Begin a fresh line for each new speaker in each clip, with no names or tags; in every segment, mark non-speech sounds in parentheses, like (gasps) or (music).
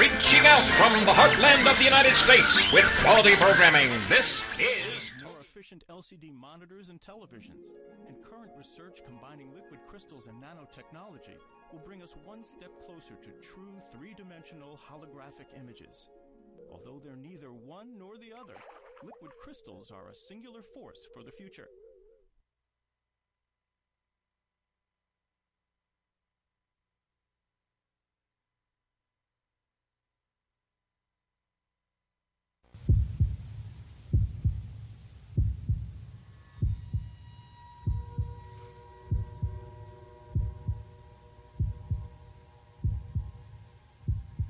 Reaching out from the heartland of the United States with quality programming, this is.
more efficient LCD monitors and televisions. And current research combining liquid crystals and nanotechnology will bring us one step closer to true three dimensional holographic images. Although they're neither one nor the other, liquid crystals are a singular force for the future.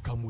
Come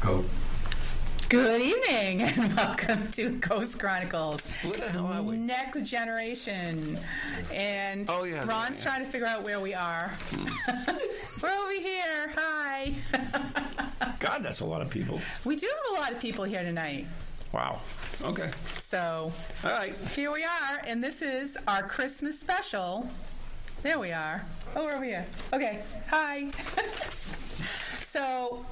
Go.
Good evening and (laughs) welcome to Ghost Chronicles.
Where the hell are we?
Next generation. And
Oh, yeah, Hmm.
Ron's
yeah.
trying to figure out where we are. (laughs) We're over here. Hi.
God, that's a lot of people.
We do have a lot of people here tonight.
Wow. Okay.
So
All right.
here we are, and this is our Christmas special. There we are. Oh, we're over here. Okay. Hi. (laughs) so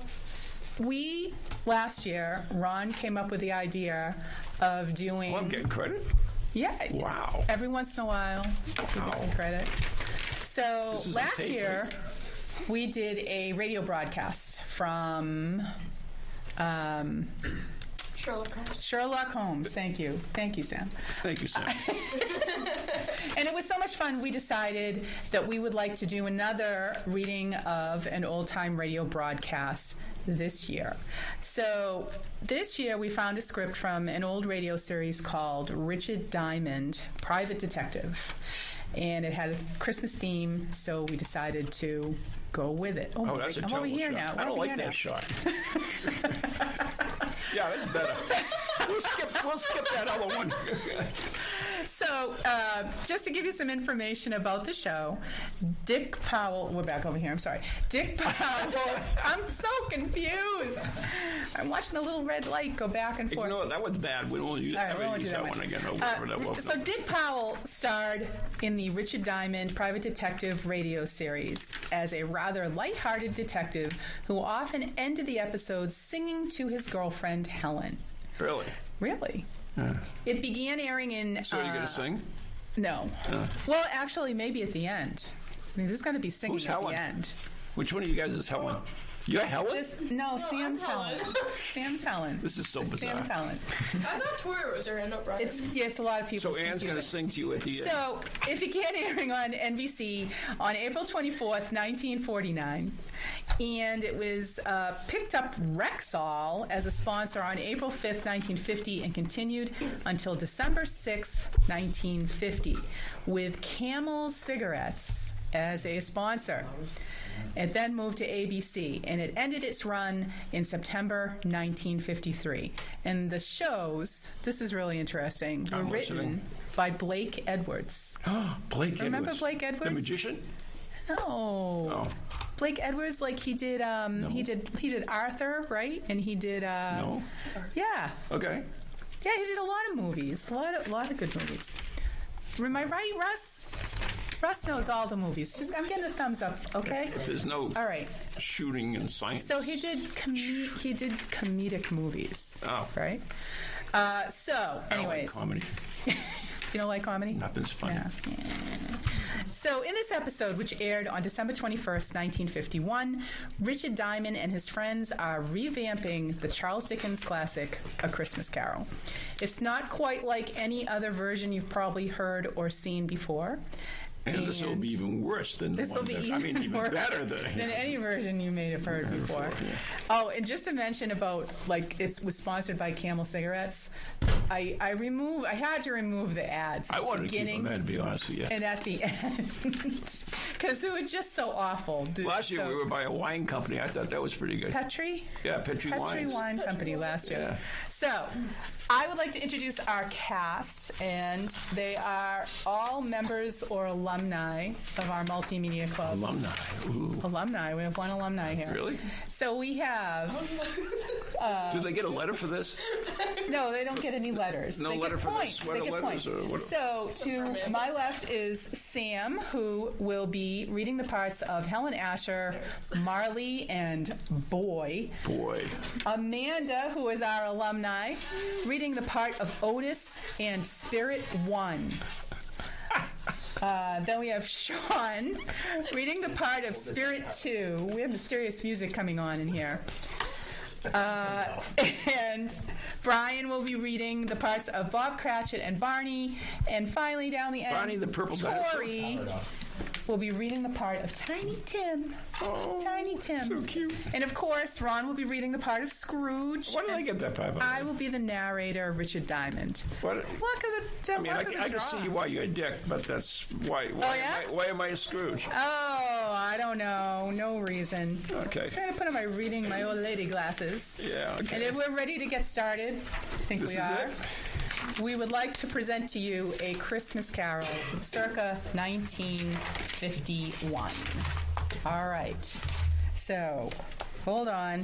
we last year, Ron came up with the idea of doing
Well, Oh, I'm getting credit.
Yeah.
Wow.
Every once in a while, give us some
Wow.
credit. So
This is on
last
tape,
year, we did a radio broadcast from um,
Sherlock Holmes.
Sherlock Holmes. Thank you. Thank you, Sam.
Thank you, Sam.
And it was so much fun, we decided that we would like to do another reading of an old time radio broadcast this year. So, this year we found a script from an old radio series called Richard Diamond, Private Detective. And it had a Christmas theme, so we decided to go with it.
Oh, that's a
I'm
terrible
over here
shot.
now.
I
We're
don't
over
like
here
that
now.
shot. (laughs) yeah, that's better. We'll skip, we'll skip that other one.
So, uh, just to give you some information about the show, Dick Powell, we're back over here, I'm sorry. Dick
(laughs)
Powell, I'm so confused. I'm watching the little red light go back and forth.
Ignore that one's bad. We don't use,
All right, we
ever
won't do
use
that
that,
one.
one again. Or
Uh,
whatever that was.
so Dick Powell starred in the Richard Diamond Private Detective radio series as a rather lighthearted detective who often ended the episodes singing to his girlfriend Helen.
really?
Really? It began airing in.
So you're
uh,
gonna sing?
no.
Uh.
Well, actually, maybe at the end. I mean, there's going to be singing
Who's
at
Helen?
the end.
Which one of you guys is Helen? You're Helen. This,
This, no, Sam's Helen. Sam's Helen.
is so bizarre.
Sam's Helen.
I thought Tori was her, not Brian.
It's yeah, it's a lot of people.
So
It's
Anne's gonna
confusing.
sing to you at the end.
So it began (laughs) airing on NBC on April 24th, 1949. And it was uh, picked up Rexall as a sponsor on April 5th, 1950, and continued until December 6th, 1950, with Camel Cigarettes as a sponsor. It then moved to ABC, and it ended its run in September 1953. And the shows, this is really interesting, were
I'm
written
listening.
by Blake Edwards.
(gasps) Blake
Remember
Edwards.
Blake Edwards?
the magician?
No,
Oh.
Blake Edwards, like he did, um, he did, he did Arthur, right? And he did, uh,
No.
yeah,
Okay.
yeah, he did a lot of movies, a lot of, lot of good movies. Am I right, Russ? Russ knows all the movies. Just, I'm getting a thumbs up, okay?
If there's no
All right.
shooting and science.
So he did com- he did comedic movies,
Oh.
right? Uh, so,
I don't like
anyways,
comedy.
you don't like comedy?
Nothing's funny.
Yeah. So, in this episode, which aired on December 21st, 1951, Richard Diamond and his friends are revamping the Charles Dickens classic, A Christmas Carol. It's not quite like any other version you've probably heard or seen before.
And this will be even worse than the
This will
one
be
that,
even
I
(laughs)
mean, even
worse
better than.
than any version you may have heard before. Oh, and just to mention about like it was sponsored by Camel cigarettes. I I remove I had to remove the ads.
I wanted to keep
beginning
them in, to be honest with you.
and at the end (laughs) because it was just so awful. The-
Last year
so-
we were by a wine company. I thought that was pretty good.
Petri.
yeah, Petri,
Petri
Wines.
Wine Company last year.
Yeah.
So, I would like to introduce our cast, and they are all members or alumni of our multimedia club.
Alumni. Ooh.
alumni. We have one alumni here.
Really?
So we have
Do they get a letter for this?
no, they don't get any letters.
No
they
letter
get
for the
points.
sweater
they get
letters
points.
or what-
So to my left is Sam, who will be reading the parts of Helen Asher, Marley, and Boy.
Boy.
Amanda, who is our alumni, reading the part of Otis and Spirit One. Uh, then we have Sean reading the part of Spirit Two. We have mysterious music coming on in here. Uh, and Brian will be reading the parts of Bob Cratchit and Barney. And finally, down the end,
Barney the purple dinosaur.
Tori will be reading the part of Tiny Tim.
Oh,
Tiny Tim.
So cute.
And of course, Ron will be reading the part of Scrooge.
Why did I get that pie? by the
I
way?
will be the narrator, Richard Diamond.
Why did-
Look at the.
I mean, I, I can see why you're a dick, but that's why. Why,
Oh, yeah?
am, I, why am I a Scrooge?
Oh, I don't know. No reason.
Okay.
I'm trying to put on my reading my old lady glasses.
Yeah, okay.
And if we're ready to get started, I think
This
we
is
are.
it?
We would like to present to you a Christmas Carol, circa 1951. All right. So, hold on.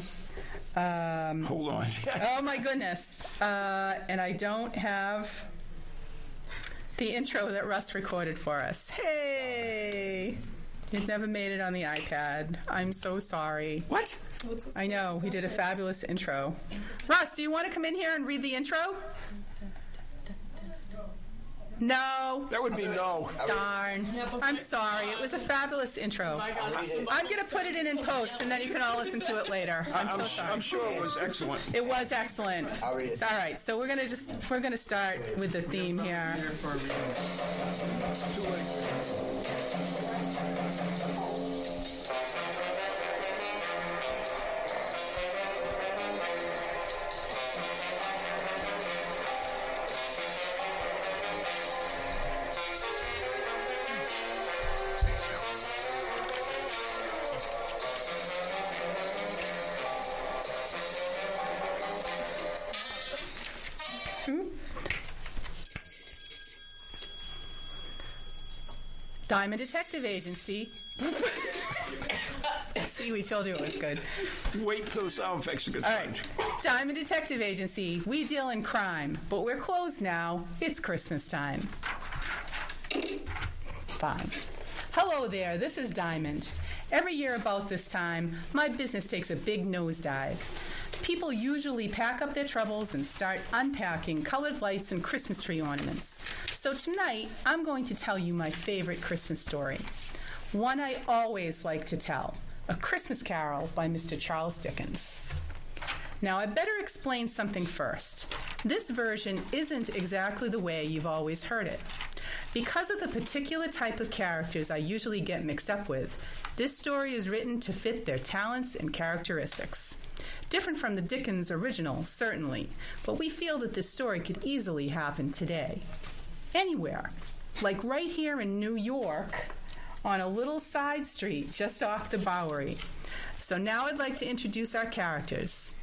Hold on. (laughs)
Oh my goodness. Uh, and I don't have the intro that Russ recorded for us. Hey! It never made it on the iPad. I'm so sorry.
what?
I know, he did a fabulous intro. Russ, do you want to come in here and read the intro? No.
That would be no.
Darn. I'm sorry. It was a fabulous intro. I'm going to put it in in post and then you can all listen to it later. I'm so
I'm,
sorry.
am sure it was excellent.
It was excellent.
I'll read it.
It's all right. So we're gonna just we're gonna start with the theme here. Diamond Detective Agency. (laughs) See, we told you it was good.
Wait till the sound effects are good.
All right. Diamond Detective Agency. We deal in crime, but we're closed now. It's Christmas time. Fine. Hello there. This is Diamond. Every year about this time, my business takes a big nosedive. People usually pack up their troubles and start unpacking colored lights and Christmas tree ornaments. So tonight, I'm going to tell you my favorite Christmas story. One I always like to tell A Christmas Carol by Mr. Charles Dickens. Now, I better explain something first. This version isn't exactly the way you've always heard it. Because of the particular type of characters I usually get mixed up with, this story is written to fit their talents and characteristics. Different from the Dickens original, certainly, but we feel that this story could easily happen today. Anywhere. Like right here in New York, on a little side street just off the Bowery. So now I'd like to introduce our characters.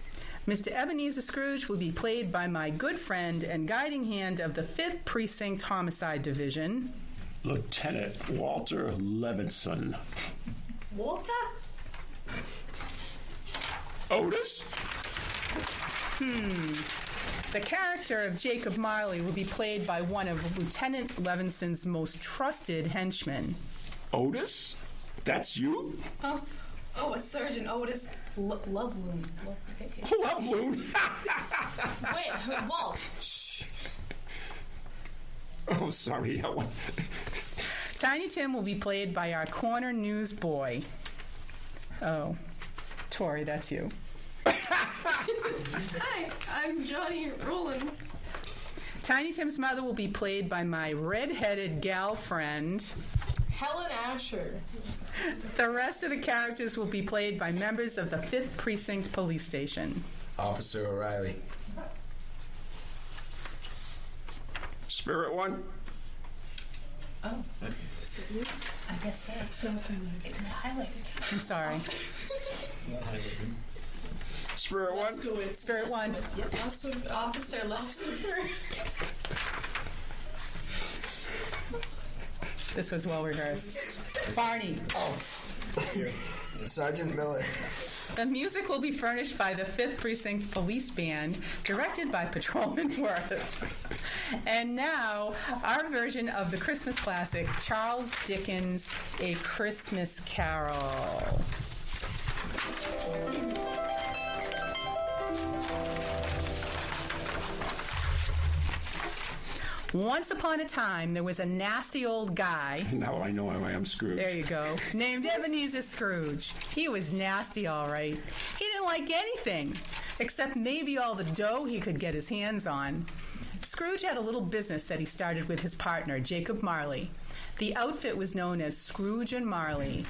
Mr. Ebenezer Scrooge will be played by my good friend and guiding hand of the 5th Precinct Homicide Division.
Lieutenant Walter Levinson.
Walter?
Otis?
The character of Jacob Marley will be played by one of Lieutenant Levinson's most trusted henchmen.
Otis? That's you?
Oh, oh, a surgeon. Otis L- Loveloon. Lo- okay, okay.
Loveloon.
Wait, who- Walt.
(laughs) oh, sorry. I went-
Tiny Tim will be played by our corner newsboy. Oh, Tori, that's you.
(laughs) Hi, I'm Johnny Rollins.
Tiny Tim's mother will be played by my red-headed gal friend,
Helen Asher.
The rest of the characters will be played by members of the 5th Precinct Police Station.
Officer O'Reilly. Spirit one?
I guess so. It's not highlighted. It's not highlighted.
I'm sorry.
Spirit one? (laughs)
Spirit one.
Yep. Also, Officer Lassifer.
This was well rehearsed. Barney.
Oh. Sergeant Miller.
The music will be furnished by the 5th Precinct Police Band, directed by Patrolman (laughs) Worth. And now, our version of the Christmas classic, Charles Dickens' A Christmas Carol. Once upon a time, there was a nasty old guy
Now I know I am screwed.
there you go. Named Ebenezer Scrooge. He was nasty, all right. He didn't like anything, except maybe all the dough he could get his hands on. Scrooge had a little business that he started with his partner, Jacob Marley. The outfit was known as Scrooge and Marley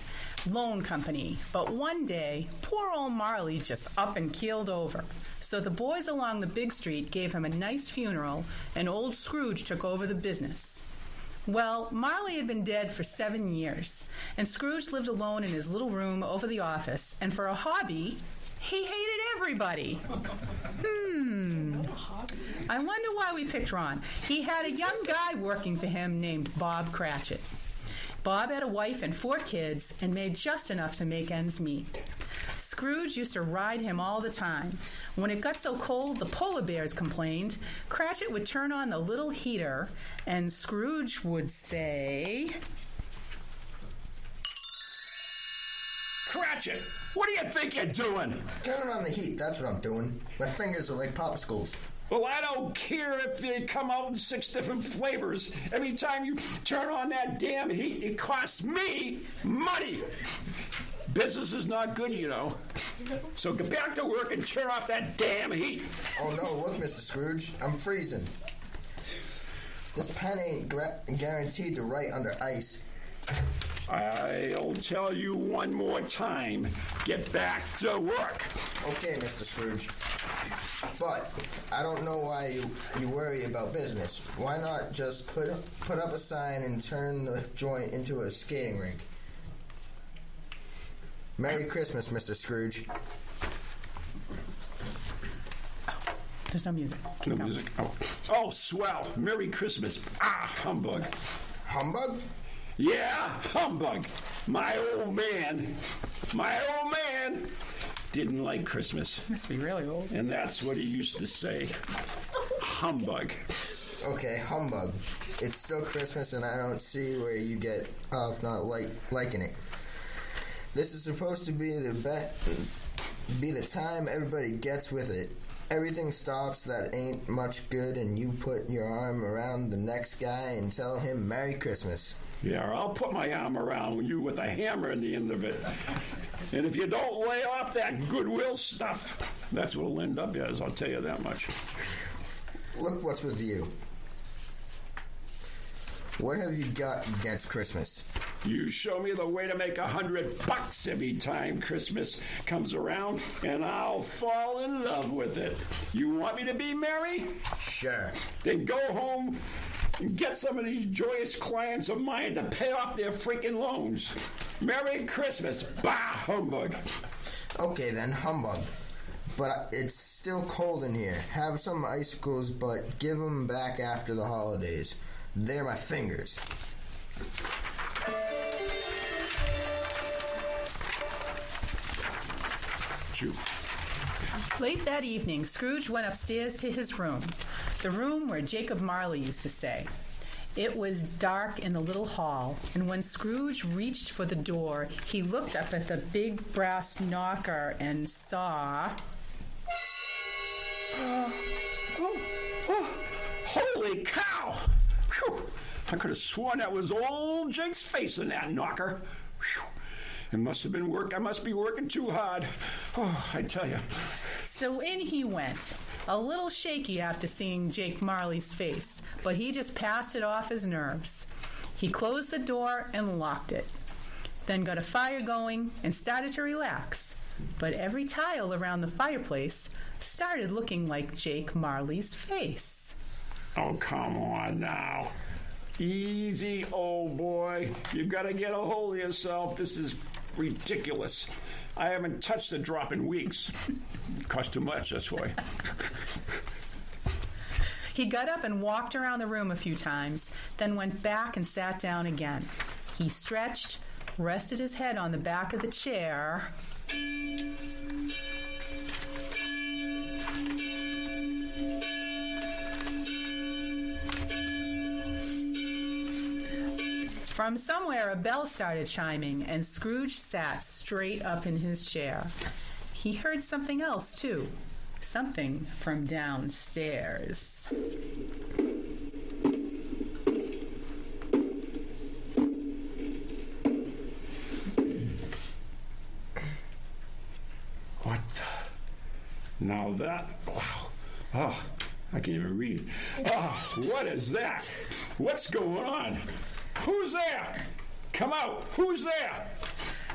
Loan Company. But one day, poor old Marley just up and keeled over. So the boys along the big street gave him a nice funeral, and old Scrooge took over the business. Well, Marley had been dead for seven years, and Scrooge lived alone in his little room over the office, and for a hobby, he hated everybody. I wonder why we picked Ron. He had a young guy working for him named Bob Cratchit. Bob had a wife and four kids and made just enough to make ends meet. Scrooge used to ride him all the time. When it got so cold the polar bears complained, Cratchit would turn on the little heater and Scrooge would say,
Cratchit! What do you think you're doing?
Turn on the heat, that's what I'm doing. My fingers are like popsicles.
Well, I don't care if they come out in six different flavors. Every time you turn on that damn heat, it costs me money. Business is not good, you know. So get back to work and turn off that damn heat.
Oh no, look, (laughs) Mr. Scrooge, I'm freezing. This pen ain't gra- guaranteed to write under ice.
I'll tell you one more time. Get back to work.
Okay, Mr. Scrooge. But I don't know why you, you worry about business. Why not just put put up a sign and turn the joint into a skating rink? Merry Christmas, Mr. Scrooge.
There's no music.
No music. Oh. oh, swell. Merry Christmas. Ah, humbug.
Humbug?
Yeah, humbug. My old man, my old man didn't like Christmas,
Must be really old.
and that's what he used to say. Humbug.
Okay, humbug. It's still Christmas, and I don't see where you get off not like liking it. This is supposed to be the be- be the time everybody gets with it. Everything stops that ain't much good, and you put your arm around the next guy and tell him Merry Christmas.
Yeah, I'll put my arm around you with a hammer in the end of it. And if you don't lay off that goodwill stuff, that's what it'll end up as, I'll tell you that much.
Look what's with you. What have you got against Christmas?
You show me the way to make a hundred bucks every time Christmas comes around, and I'll fall in love with it. You want me to be merry?
Sure.
Then go home and get some of these joyous clients of mine to pay off their freaking loans. Merry Christmas, bah humbug.
Okay, then humbug. But I- it's still cold in here. Have some icicles, but give them back after the holidays. They're my fingers.
Chew.
Late that evening, Scrooge went upstairs to his room, the room where Jacob Marley used to stay. It was dark in the little hall, and when Scrooge reached for the door, he looked up at the big brass knocker and saw.
Holy cow! Phew. I could have sworn that was old Jake's face in that knocker. Phew. It must have been work. I must be working too hard. Oh, I tell you.
So in he went, a little shaky after seeing Jake Marley's face, but he just passed it off as nerves. He closed the door and locked it, then got a fire going and started to relax. But every tile around the fireplace started looking like Jake Marley's face.
Oh, come on now. Easy, old boy. You've got to get a hold of yourself. This is ridiculous. I haven't touched a drop in weeks. (laughs) Cost too much, that's why.
He got up and walked around the room a few times, then went back and sat down again. He stretched, rested his head on the back of the chair. From somewhere, a bell started chiming, and Scrooge sat straight up in his chair. He heard something else, too. Something from downstairs.
What the? Now that, wow. Oh, I can't even read. Oh, what is that? What's going on? Who's there? Come out. Who's there?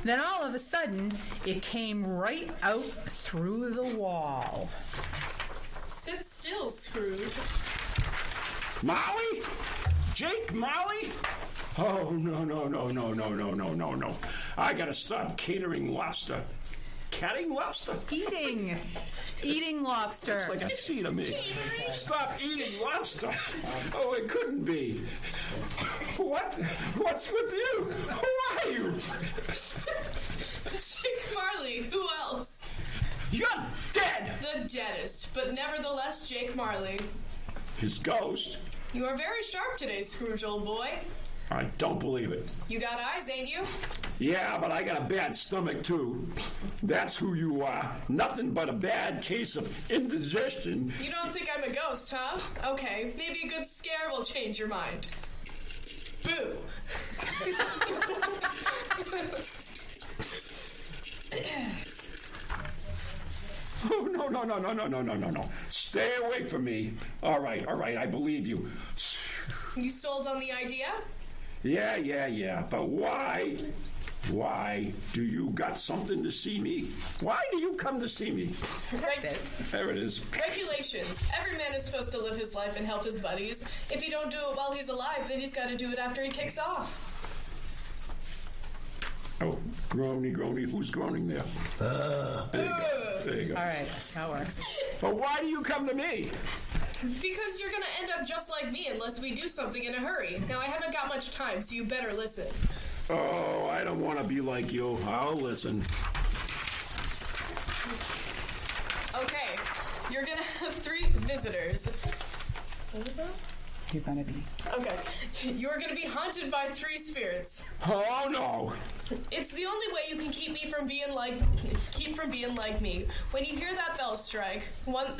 Then all of a sudden, it came right out through the wall.
Sit still, Scrooge. (laughs)
Molly? Jake Molly? Oh, no, no, no, no, no, no, no, no, no. I gotta stop catering lobster. Catting lobster?
Eating, eating lobster.
It's like a sea to me. Stop eating lobster. Oh, it couldn't be. What? What's with you? Who are you?
Jake Marley. Who else?
You're dead!
The deadest, but nevertheless Jake Marley.
His ghost?
You are very sharp today, Scrooge, old boy.
I don't believe it.
You got eyes, ain't you?
Yeah, but I got a bad stomach too. That's who you are. Nothing but a bad case of indigestion.
You don't think I'm a ghost, huh? Okay, maybe a good scare will change your mind. Boo.
Oh (laughs) no no no no no no no no no! Stay away from me. All right, all right, I believe you.
You sold on the idea?
Yeah, yeah, yeah. But why? Why do you got something to see me? Why do you come to see me?
That's
it.
There it is.
Regulations. Every man is supposed to live his life and help his buddies. If he don't do it while he's alive, then he's got to do it after he kicks off.
Oh, groany, groany. Who's groaning there? There you go. There you go.
All right, that works.
But why do you come to me?
Because you're gonna end up just like me unless we do something in a hurry. Now I haven't got much time, so you better listen.
Oh, I don't want to be like you. I'll listen.
Okay, you're gonna (laughs) have three visitors.
You're gonna be.
Okay, you're gonna be haunted by three spirits.
Oh no!
It's the only way you can keep me from being like keep from being like me. When you hear that bell strike, one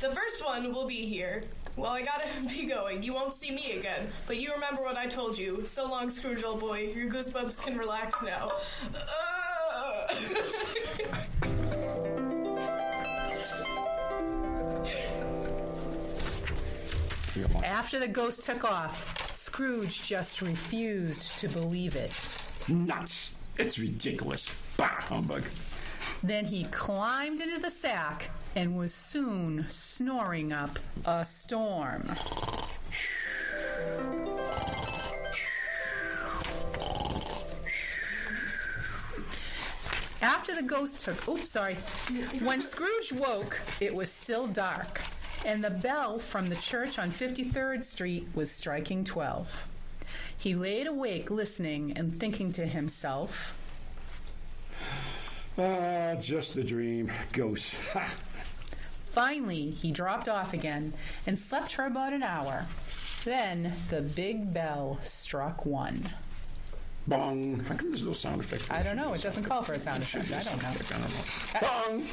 the first one will be here. Well, I gotta (laughs) be going. You won't see me again. But you remember what I told you. So long, Scrooge, old boy. Your goosebumps can
(laughs)
relax now. Ugh.
After the ghost took off, Scrooge just refused to believe it.
Nuts! It's ridiculous. Bah humbug!
Then he climbed into the sack and was soon snoring up a storm. After the ghost took, oops, sorry. When Scrooge woke, it was still dark, and the bell from the church on 53rd Street was striking 12. He laid awake listening and thinking to himself,
Ah, just the dream. Ghost. Ha.
Finally, he dropped off again and slept for about an hour. Then the big bell struck one.
Bong. How come there's no sound effect? for
I
this?
don't know. It doesn't call for a sound effect. I don't know.
I don't know.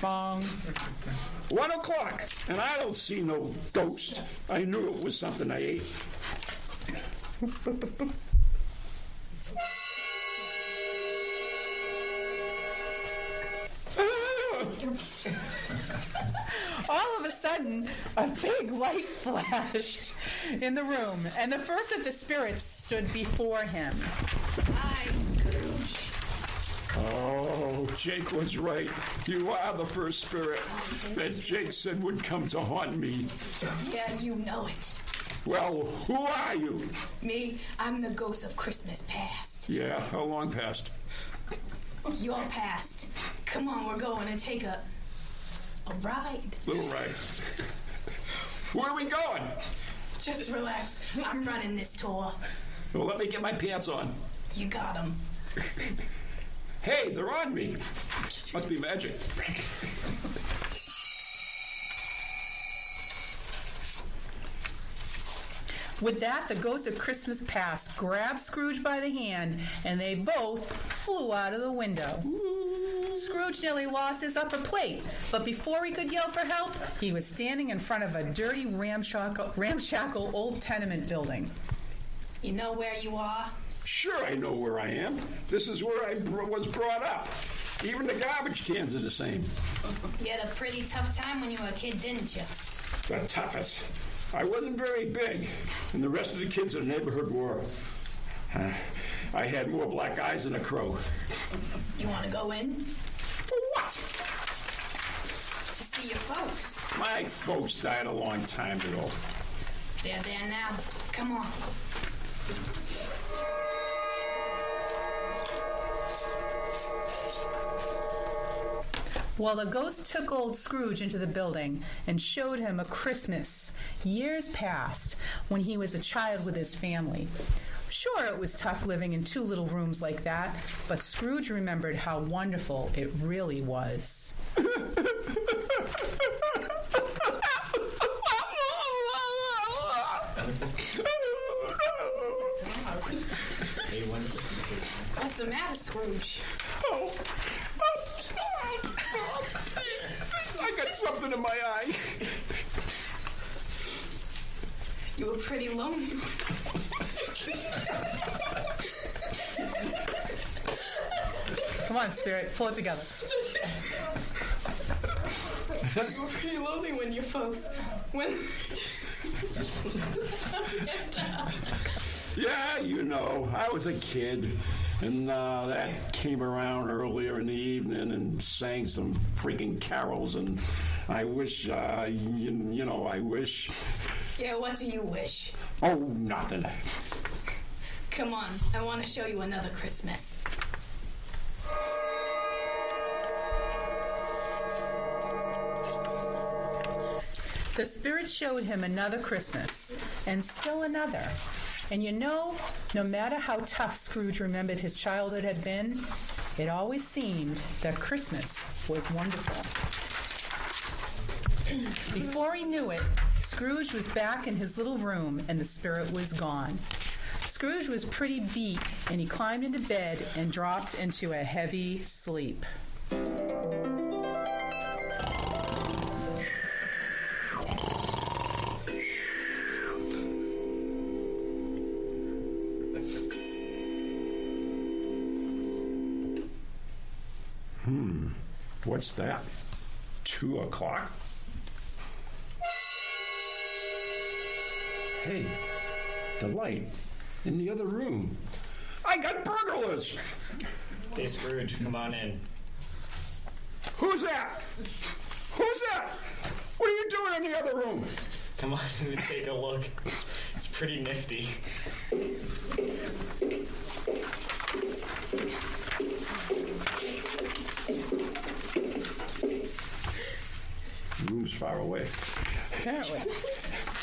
Bong.
Bong.
One o'clock, and I don't see no ghost. I knew it was something I ate. Ah,
your
All of a sudden, a big light (laughs) flashed in the room, and the first of the spirits stood before him.
eyes, Scrooge.
Oh, Jake was right. You are the first spirit that Jake said would come to haunt me.
Yeah, you know it.
Well, who are you?
Me, I'm the ghost of Christmas past.
Yeah, how long past?
Your past. Come on, we're going to take a a ride.
Little right. Where are we going?
Just relax. I'm running this tour.
Well, let me get my pants on.
You got him.
Hey, they're on me. Must be magic.
With that, the ghost of Christmas past grabbed Scrooge by the hand, and they both flew out of the window. Scrooge nearly lost his upper plate, but before he could yell for help, he was standing in front of a dirty, ramshackle, ramshackle old tenement building.
You know where you are?
Sure, I know where I am. This is where I br- was brought up. Even the garbage cans are the same.
You had a pretty tough time when you were a kid, didn't you?
The toughest. I wasn't very big, and the rest of the kids in the neighborhood were. Uh, I had more black eyes than a crow.
You want to go in to
For what?
see your folks?
My folks died a long time ago.
They're there now. Come on.
Well, the ghost took old Scrooge into the building and showed him a Christmas years past when he was a child with his family. Sure, it was tough living in two little rooms like that, but Scrooge remembered how wonderful it really was.
What's the matter, Scrooge?
Oh, I got something in my eye.
You were pretty lonely.
Come on, Spirit, pull it together.
You were pretty lonely when your folks. When.
Yeah, you know, I was a kid, and uh, that came around earlier in the evening and sang some freaking carols, and I wish, uh, you, you know, I wish.
yeah, what do you wish?
Oh, nothing.
Come on, I want to show you another Christmas.
The spirit showed him another Christmas, and still another. And you know, no matter how tough Scrooge remembered his childhood had been, it always seemed that Christmas was wonderful. Before he knew it, Scrooge was back in his little room, and the spirit was gone. Scrooge was pretty beat, and he climbed into bed and dropped into a heavy sleep.
What's that? Two o'clock? Hey, the light in the other room. I got burglars!
Hey, Scrooge, come on in.
Who's that? Who's that? What are you doing in the other room?
Come on in and take a look. It's pretty nifty.
Room's far away.
Apparently.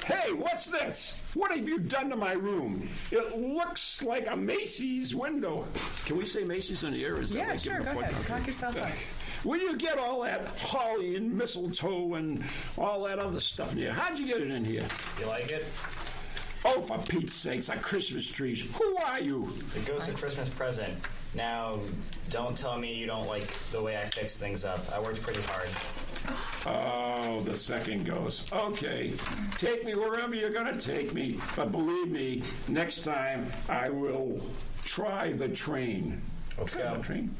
Hey, what's this? What have you done to my room? It looks like a Macy's window. Can we say Macy's on the air? Is that
Yeah,
like
sure,
in the
go ahead.
podcast?
Knock yourself out.
Where do you get all that holly and mistletoe and all that other stuff in here? How'd you get it in here?
You like it?
Oh, for Pete's sakes, a Christmas tree. Who are you?
It goes to Christmas present. Now, don't tell me you don't like the way I fix things up. I worked pretty hard.
Oh, the second ghost. Okay, take me wherever you're going to take me, but believe me, next time I will try the train.
Let's
Try
go.
the train.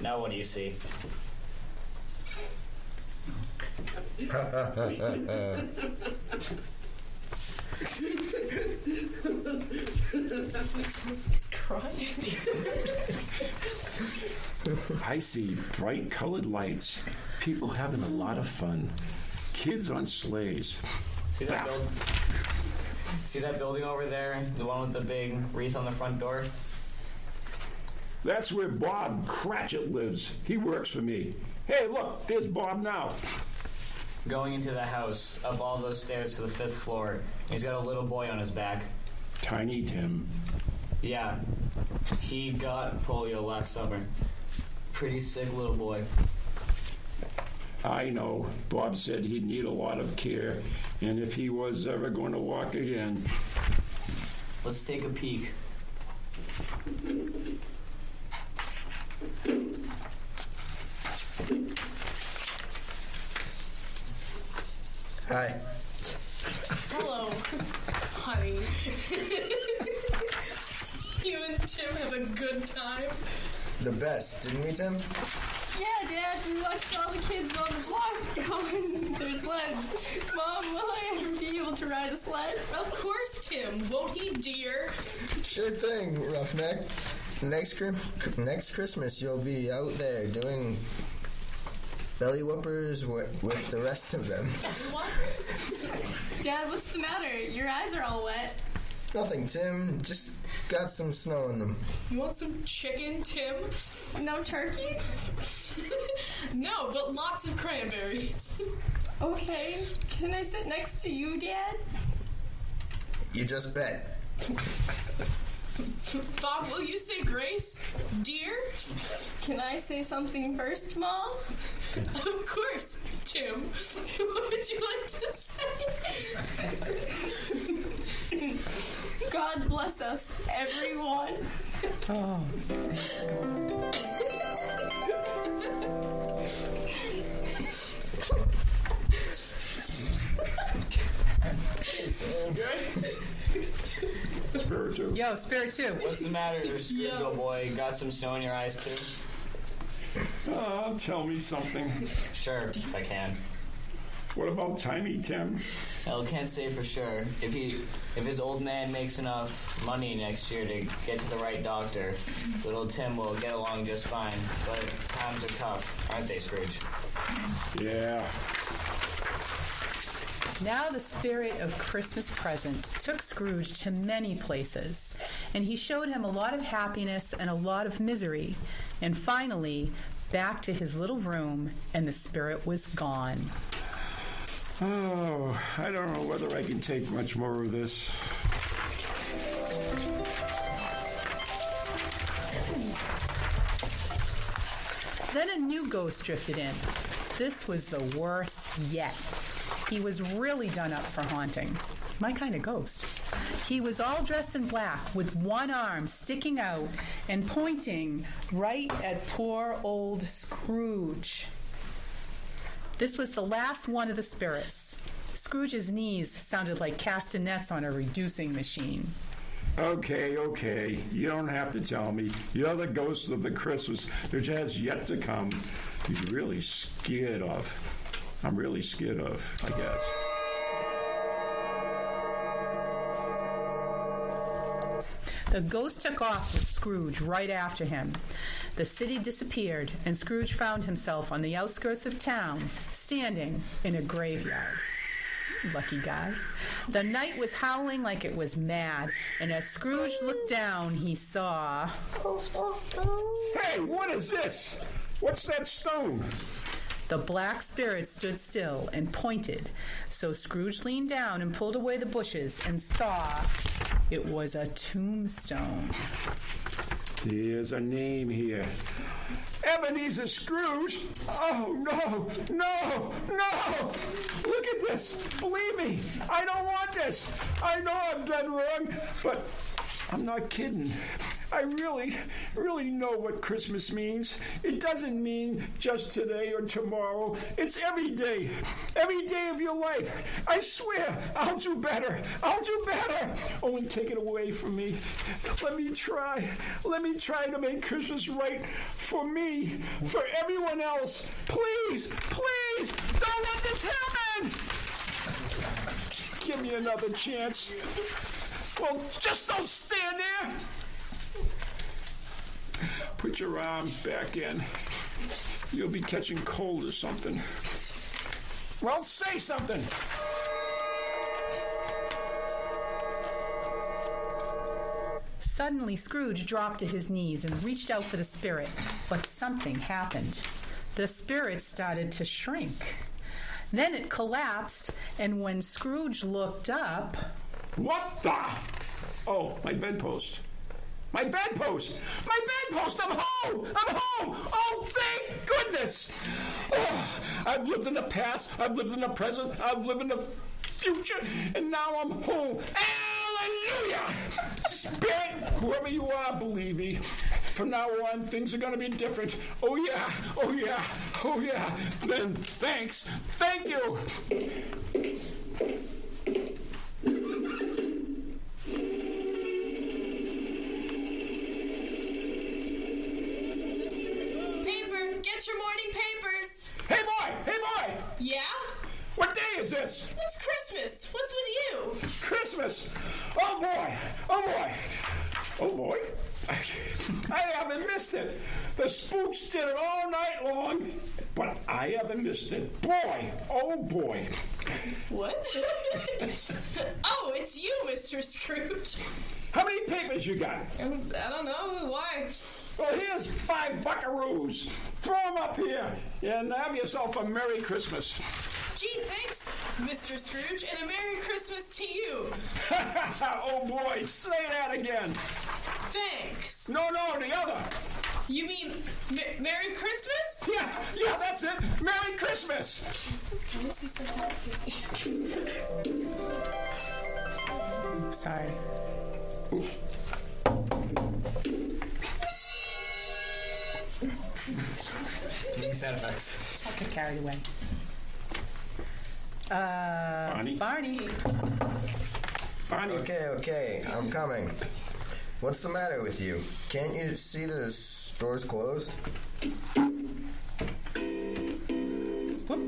Now what do you see?
He's crying.
I see bright colored lights, people having a lot of fun, kids on sleighs.
See that build? See that building over there? The one with the big wreath on the front door?
That's where Bob Cratchit lives. He works for me. Hey, look, there's Bob now.
Going into the house, up all those stairs to the fifth floor. He's got a little boy on his back.
Tiny Tim.
Yeah, he got polio last summer. Pretty sick little boy.
I know. Bob said he'd need a lot of care, and if he was ever going to walk again,
Let's take a peek.
Hi.
Hello, (laughs) honey. (laughs) you and Tim have a good time.
The best, didn't we, Tim?
Yeah, Dad, we watched all the kids on the block (laughs) on their sleds. Mom, will I ever be able to ride a sled?
Of course, Tim. Won't he, dear?
Sure thing, Roughneck. Next, cri- next Christmas, you'll be out there doing belly whoopers wi- with the rest of them. (laughs)
What?
Dad, what's the matter? Your eyes are all wet.
Nothing, Tim. Just got some snow in them.
You want some chicken, Tim?
No turkey?
(laughs) no, but lots of cranberries. (laughs)
Okay. Can I sit next to you, Dad?
You just bet.
Bob, will you say grace, dear?
Can I say something first, Mom?
Of course, Tim. (laughs) what would you like to say?
God bless us, everyone.
Spirit too.
Yo, Spirit 2.
What's the matter, there, Scrooge, old boy? Got some snow in your eyes, too?
Oh, tell me something.
Sure, if I can.
What about Tiny Tim?
I can't say for sure. If he, if his old man makes enough money next year to get to the right doctor, little Tim will get along just fine. But times are tough, aren't they, Scrooge?
Yeah.
Now the spirit of Christmas present took Scrooge to many places, and he showed him a lot of happiness and a lot of misery, and finally back to his little room, and the spirit was gone.
Oh, I don't know whether I can take much more of this.
Then a new ghost drifted in. This was the worst yet. He was really done up for haunting. My kind of ghost. He was all dressed in black with one arm sticking out and pointing right at poor old Scrooge. This was the last one of the spirits. Scrooge's knees sounded like castanets on a reducing machine.
Okay, okay. You don't have to tell me. You're the ghost of the Christmas that has yet to come. You're really scared of. I'm really scared of, I guess.
The ghost took off with Scrooge right after him. The city disappeared, and Scrooge found himself on the outskirts of town, standing in a graveyard. Lucky guy. The night was howling like it was mad, and as Scrooge looked down, he saw.
Hey, what is this? What's that stone?
The black spirit stood still and pointed, so Scrooge leaned down and pulled away the bushes and saw it was a tombstone.
There's a name here. Ebenezer Scrooge? Oh, no, no, no! Look at this! Believe me, I don't want this! I know I've done wrong, but I'm not kidding. I really, really know what Christmas means. It doesn't mean just today or tomorrow. It's every day, every day of your life. I swear, I'll do better. I'll do better. Oh, and take it away from me. Let me try. Let me try to make Christmas right for me, for everyone else. Please, please, don't let this happen. Give me another chance. Well, just don't stand there. Put your arms back in. You'll be catching cold or something. Well, say something.
Suddenly, Scrooge dropped to his knees and reached out for the spirit, but something happened. The spirit started to shrink. Then it collapsed, and when Scrooge looked up,
What the? Oh, my bedpost. My bedpost! My bedpost! I'm home! I'm home! Oh, thank goodness! Oh, I've lived in the past, I've lived in the present, I've lived in the future, and now I'm home. Hallelujah! Spirit, whoever you are, believe me. From now on, things are going to be different. Oh, yeah, oh, yeah, oh, yeah. Then thanks, thank you.
Paper, get your morning papers.
Hey, boy, hey, boy!
Yeah?
What day is this?
What's Christmas? What's with you?
Christmas. Oh boy. Oh boy. Oh boy. I haven't missed it. The spooks did it all night long, but I haven't missed it. Boy. Oh boy.
What? (laughs) oh, it's you, Mr. Scrooge.
How many papers you got?
Um, I don't know why.
Well, here's five buckaroos. Throw them up here and have yourself a Merry Christmas. (laughs)
Gee, thanks, Mr. Scrooge, and a Merry Christmas to you.
oh boy. Say that again.
Thanks.
No, no, the other.
You mean M- Merry Christmas?
Yeah, yeah, that's it. Merry Christmas.
sorry,
Sound effects.
I got carried away.
Barney.
Barney,
Barney.
Okay, okay, I'm coming. What's the matter with you? Can't you see the store's closed?
whoop,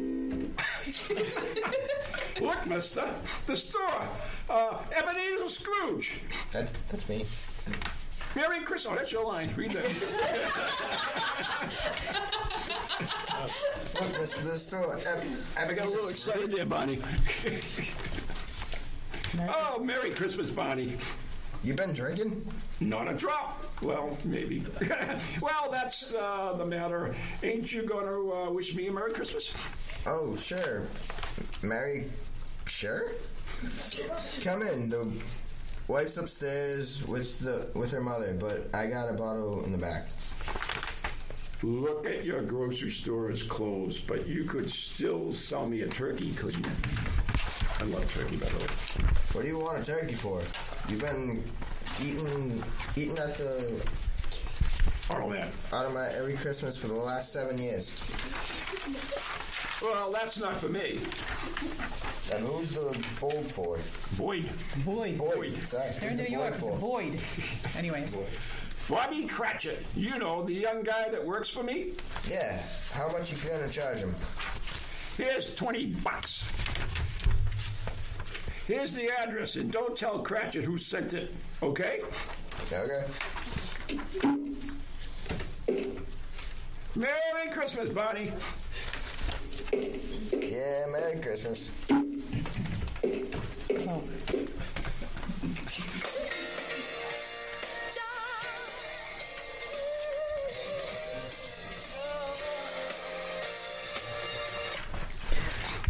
Look, mister, the store. Uh, Ebenezer Scrooge.
That's, that's me.
Merry Christmas. Oh, that's your line. Read that. (laughs)
Look, Mister, the store. I got a little
excited there, Bonnie. oh, Merry Christmas, Bonnie.
You been drinking?
Not a drop. Well, maybe. (laughs) well, that's uh, the matter. Ain't you going to uh, wish me a Merry Christmas?
Oh, sure. Mary, sure. Come in. The wife's upstairs with the with her mother, but I got a bottle in the back.
Look at your grocery store is closed, but you could still sell me a turkey, couldn't you? I love turkey, by the way.
What do you want a turkey for? You've been eating eating at the
All that.
out of my every Christmas for the last seven years.
Well, that's not for me.
And who's the bold for?
Boyd.
Boyd.
Boy, sorry.
They're in
who's the
New York.
boy
It's
for?
Boyd. Anyways,
Bobby Cratchit. You know, the young guy that works for me.
Yeah. How much you gonna charge him?
Here's 20 bucks. Here's the address, and don't tell Cratchit who sent it, okay?
Okay.
Merry Christmas, Bonnie.
Yeah. Merry Christmas.
oh,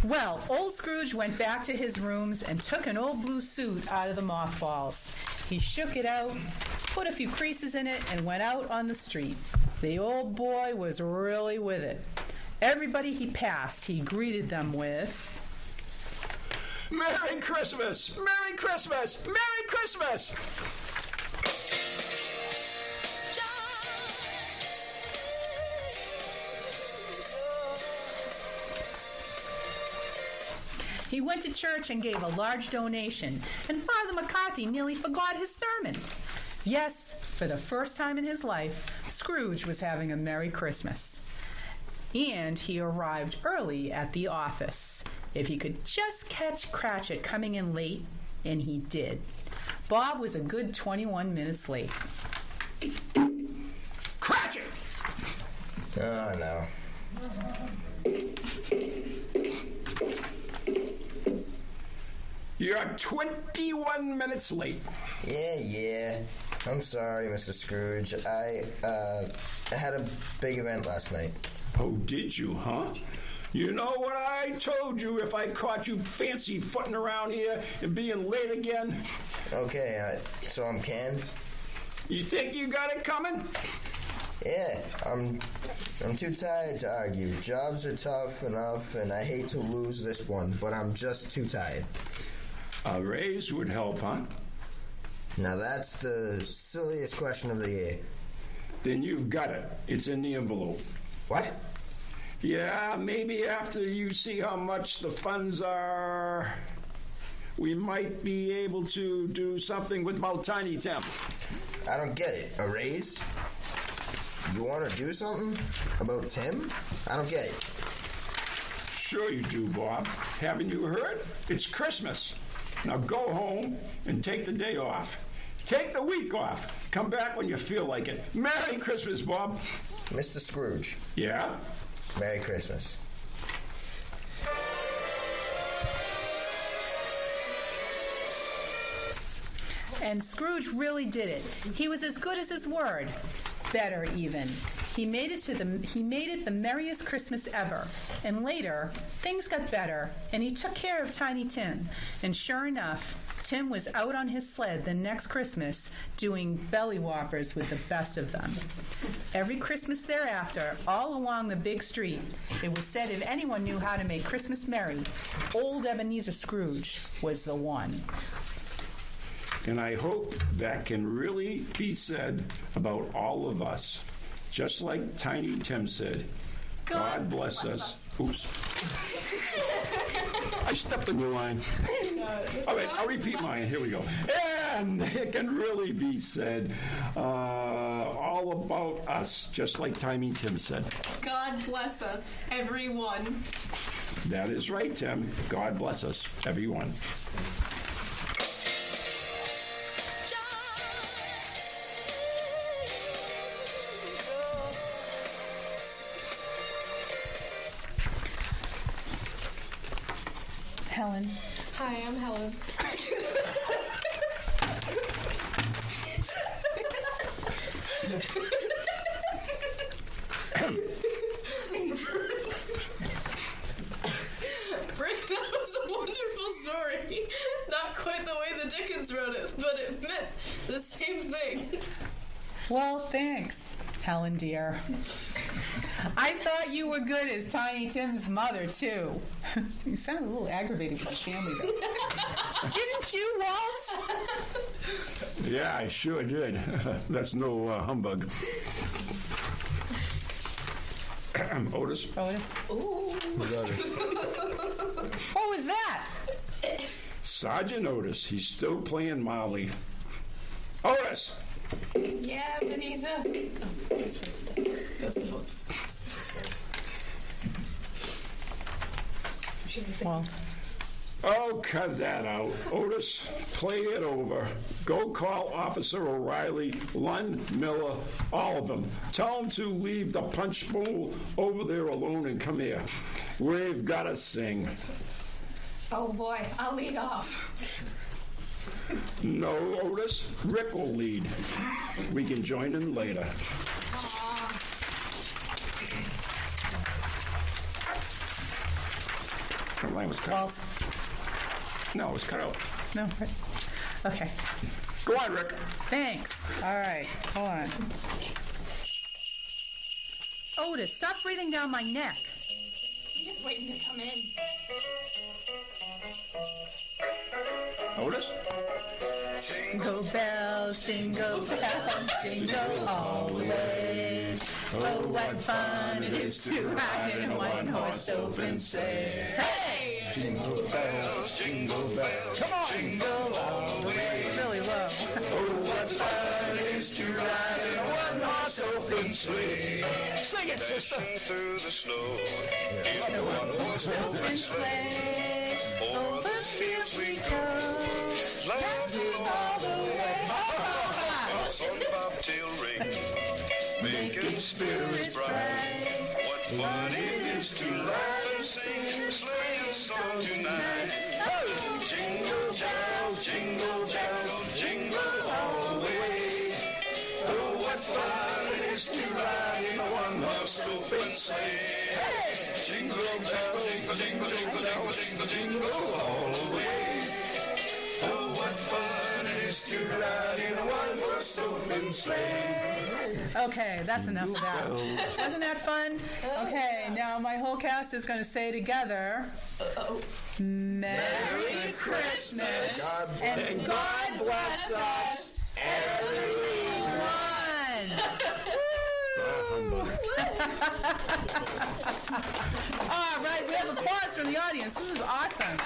Well, old Scrooge went back to his rooms and took an old blue suit out of the mothballs. He shook it out, put a few creases in it, and went out on the street. The old boy was really with it. Everybody he passed, he greeted them with.
Merry Christmas. Merry Christmas. Merry Christmas.
He went to church and gave a large donation, and Father McCarthy nearly forgot his sermon. Yes, for the first time in his life, Scrooge was having a Merry Christmas. And he arrived early at the office. If he could just catch Cratchit coming in late, and he did. Bob was a good 21 minutes late.
Cratchit!
Oh no.
You're 21 minutes late.
Yeah, yeah. I'm sorry, Mr. Scrooge. I uh, had a big event last night.
Oh, did you, huh? You know what I told you if I caught you fancy footing around here and being late again?
Okay, uh, so I'm canned.
You think you got it coming?
Yeah, I'm. I'm too tired to argue. Jobs are tough enough, and I hate to lose this one, but I'm just too tired.
A raise would help, huh?
Now that's the silliest question of the year.
Then you've got it. It's in the envelope.
What?
Yeah, maybe after you see how much the funds are, we might be able to do something with Maltani Temp.
I don't get it. A raise? You want to do something about Tim? I don't get it.
Sure you do, Bob. Haven't you heard? It's Christmas. Now go home and take the day off. Take the week off. Come back when you feel like it. Merry Christmas, Bob.
Mr. Scrooge,
Yeah?
Merry Christmas.
And Scrooge really did it. He was as good as his word. Better even. He made it to the he made it the merriest Christmas ever. And later, things got better and he took care of Tiny Tim. And sure enough, Tim was out on his sled the next Christmas doing belly whoppers with the best of them. Every Christmas thereafter, all along the big street, it was said if anyone knew how to make Christmas merry, old Ebenezer Scrooge was the one.
And I hope that can really be said about all of us. Just like Tiny Tim said, God, bless, us. Oops. I stepped on your line. All right, I'll repeat mine. Here we go. And it can really be said uh, all about us, just like Tiny Tim said.
God bless us,
(laughs)
everyone.
That is right, Tim. God bless us, everyone.
Helen.
Hi, I'm Helen.
Rick, that was a wonderful story. Not quite the way the Dickens wrote it, but it meant the same thing.
Well, thanks, Helen dear. I thought you were good as Tiny Tim's mother too. you sound a little aggravated with the family. though. Didn't you, Walt?
Yeah, I sure did. (laughs) That's no uh, humbug. (clears throat) Otis?
Otis.
Who's others?
What was that?
Sergeant Otis, he's still playing Molly. Otis!
Yeah, Benisa.
Walt.
Oh, cut that out. Otis, play it over. Go call Officer O'Reilly, Lund, Miller, all of them. Tell them to leave the punch bowl over there alone and come here. We've got to sing.
Oh boy, I'll lead off.
No, Otis, Rick will lead. We can join in later. That line was cut.
Walt.
No, it was cut out.
No. right. Okay.
Go on, Rick.
Thanks. All right. Hold on. Otis, stop breathing down my neck.
I'm just waiting to come in.
Otis?
Jingle bells, jingle bells, jingle all the way. Oh, what fun it is to ride in a one horse open sleigh. Hey!
Jingle bells, jingle bells, come on, jingle all the way.
It's really low.
Oh, what fun it is to ride in a one-horse open sleigh. Sing it, sister.
through the snow in a one-horse open sleigh. O'er the fields we go, laughing all the way. Bells on bobtail ring, making spirits bright. What fun it is to laugh and sing a sleighing song tonight. Jingle jangle, jingle jangle, jingle all the way. Oh, what fun it is to ride in a one-horse open sleigh. Jingle jangle, jingle jingle, jingle jangle, jingle jingle all the way. Oh, what fun it is to ride in a one-horse open sleigh.
Okay, that's enough of that. Wasn't that fun? Okay, now my whole cast is going to say together Merry, Christmas
God
and God bless us, (laughs) everyone. All right, we have applause from the audience. This is awesome.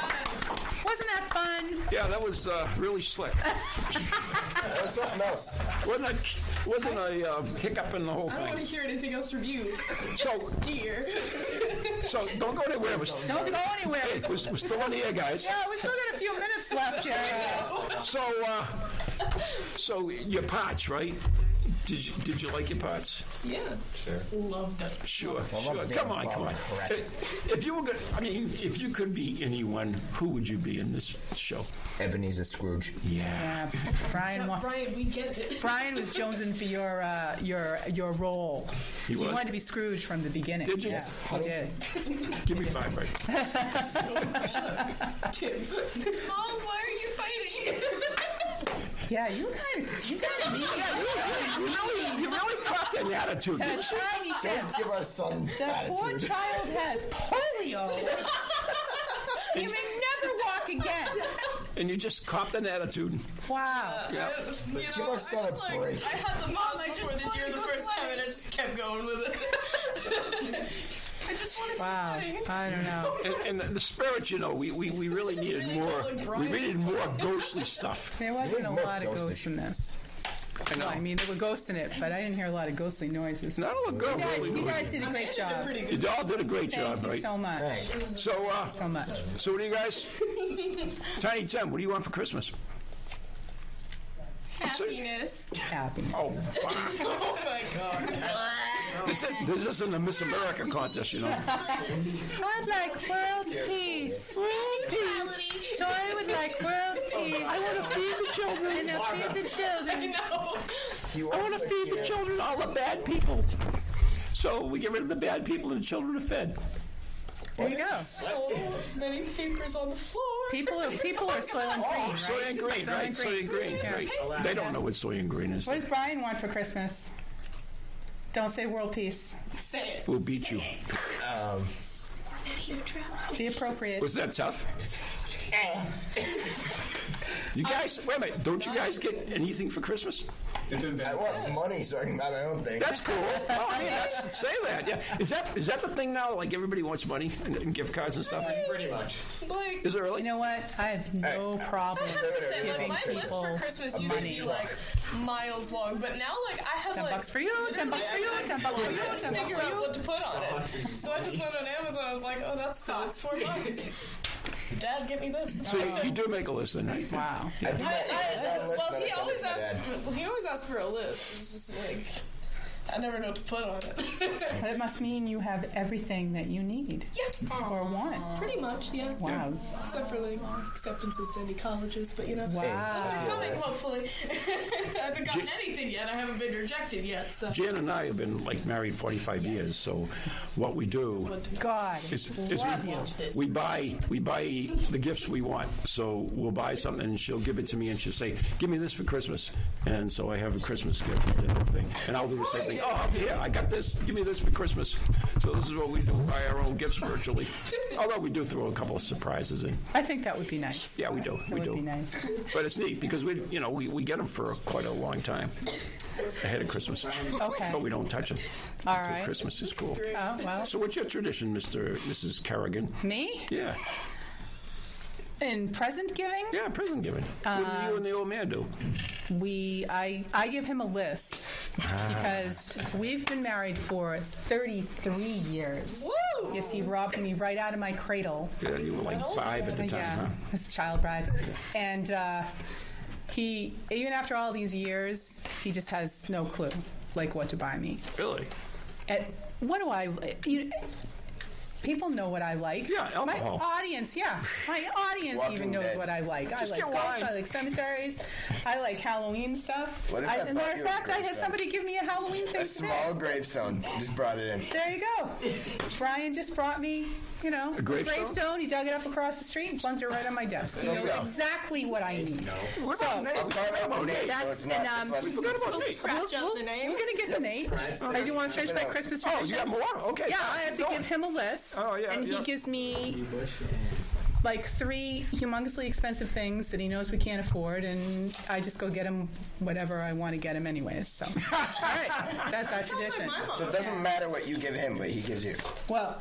Wasn't that fun?
Yeah, that was uh, really slick.
That was something else.
Wasn't a, wasn't a um, hiccup in the whole
I don't want to
thing.
hear anything else from you,
So,
(laughs)
dear.
so don't go anywhere. We're, st-
Don't go anywhere.
hey, we're, we're still on the air, guys.
Yeah, we still got a few minutes left here.
So, uh, so your parts, right? Did you, did you like your parts?
Yeah.
Sure.
Loved it.
Sure,
love
sure.
being
Come on,
involved
come on.
in correct.
If if you were going, I mean, if you could be anyone, who would you be in this show?
Ebenezer Scrooge.
Yeah.
Yeah, Brian. Wa-
Brian, we get it.
Brian was jonesing for your uh, your your role.
He was?
wanted to be Scrooge from the beginning.
Did you?
Yeah, he did.
Give me
(laughs)
five, right?
Tim. Mom, why are you
(laughs)
fighting?
Yeah, you kind of you kind of
You really, you really caught that attitude.
that
(laughs)
tiny Tim.
Give our son
That poor
attitude.
child has polio. he may never walk again.
And you just copped an attitude.
Wow.
Yeah.
You
give
know,
our son
I
a
just, like,
break.
I had the
Mom,
mom
I
before
just
the deer
wanna
the
go
first time,
sledding.
and I just kept going with it. I just wanted
Wow.
to say.
I don't know.
And, and the spirit, you know, we, we, we really needed
really
more.
don't like
we
Brian.
really needed more ghostly stuff.
There wasn't a
Look,
lot of
ghosty.
ghosts in this.
I know.
Well, I mean, there were ghosts in it, but I didn't hear a lot of ghostly noises.
not a girl.
You guys,
really
you
good.
guys did a great job. Thank
You all did a great job,
you
right?
so much.
Thanks.
So, uh,
So much.
so what do
(laughs)
you guys? Tiny Tim, what do you want for Christmas?
Happiness.
Happiness.
Oh, wow. (laughs)
Oh my god.
this, is, this isn't a Miss America contest, you know.
I'd like world peace. Joy would like world peace. I want to feed the children. I feed the children.
You
I want to feed the children all the bad people. So we get rid of the bad people and the children are fed.
There you go.
So many papers on the floor.
People are people are soil and green.
Oh,
right?
soy and green,
Soy
right?
and
Soy and green,
Yeah.
right? They don't know what soy and green is.
What does Brian want for Christmas? Don't say world peace.
Say it.
We'll beat you.
Be appropriate.
Was that tough? Oh. you guys, wait a minute. Don't you guys get anything for Christmas?
I want money so I can buy my own thing.
That's cool. Oh, I mean, that's say that. Yeah, is that is that the thing now? Like everybody wants money and, and gift cards and stuff.
Pretty much.
Like,
Is it really?
You know what? I have no
Hey,
problem.
I
Hey,
said, like
Giving
my list for
people
Christmas used to
money.
be like miles long, but now like I have
Ten
like
bucks for you. Ten bucks for you. Ten bucks for
I
you.
couldn't
Ten bucks
figure
for
out
you.
what to put on it, so I just went on Amazon. I was like, oh, that's cool. It's four bucks. Dad, get me this.
So
(laughs)
you, you do make a list then, right?
Wow.
I do my Amazon list,
well,
but I
he
send it
always
to my dad.
asks. He always asks for a list. It's just like I never know what to put on it. (laughs)
That must mean you have everything that you need
yeah,
or want.
Uh, pretty much. Yeah,
Wow.
except for like acceptances to any colleges, but you know. Those
Wow.
are coming,
(laughs)
hopefully. I haven't gotten anything yet. I haven't been rejected yet, so.
Jan and I have been like married 45 years, so what we do
God.
is, is
Love
we,
you.
we buy we buy the gifts we want. So we'll buy something and she'll give it to me and she'll say, "Give me this for Christmas," and so I have a Christmas gift and everything. And I'll do the same thing. Oh yeah, I got this. Give me this for Christmas. So this is what we do: buy our own gifts virtually. Although we do throw a couple of surprises in.
I think that would be nice.
Yeah, we do.
That
we
would
do.
be nice.
But it's neat because we, you know, we, we get them for quite a long time ahead of Christmas.
Okay.
But we don't touch them
All
until
right.
Christmas is cool.
Oh well.
So what's your tradition, Mr. Mrs. Kerrigan?
Me?
Yeah.
In present giving,
Yeah, prison giving. what do you and the old man do?
we I I give him a list because we've been married for 33 years.
Woo!
Yes, he robbed me right out of my cradle.
Yeah, you were like five at the time,
yeah,
huh?
his child bride, and uh, he even after all these years, he just has no clue like what to buy me.
Really?
At Uh, what do I? uh, You, people know what I like.
Yeah, alcohol.
My audience, yeah, my audience
Walking
even knows
Dead.
what I like.
Just
I
get
like ghosts.
wine.
I like cemeteries. I like Halloween stuff.
What if
I,
I
as a
bought
matter
you
of
a
fact, I had
gravestone?
somebody give me a Halloween thing
A
today.
small gravestone. Just brought it in.
There you go. Brian just brought me, you know, a
gravestone?
He dug it up across the street and plunked it right on my desk. He
There you
knows
go.
exactly what I need.
What
So-
about Nate?
I'm talking about Nate, so
That's
it's not-
and
it's
um,
less-
we'll-
We forgot about Nate.
Scratch out the
we're
name.
gonna get to Nate. I do want to finish my Christmas
Oh,
tradition.
you got more? Okay.
Yeah, I have to
Go on.
give him a list.
Oh, yeah,
And
yeah.
he gives me like three humongously expensive things that he knows we can't afford, and I just go get him whatever I want to get him anyways.
(laughs)
So, all right, that's our
Sounds like
tradition.
my mom.
So it doesn't matter what you give him, but he gives you.
Well,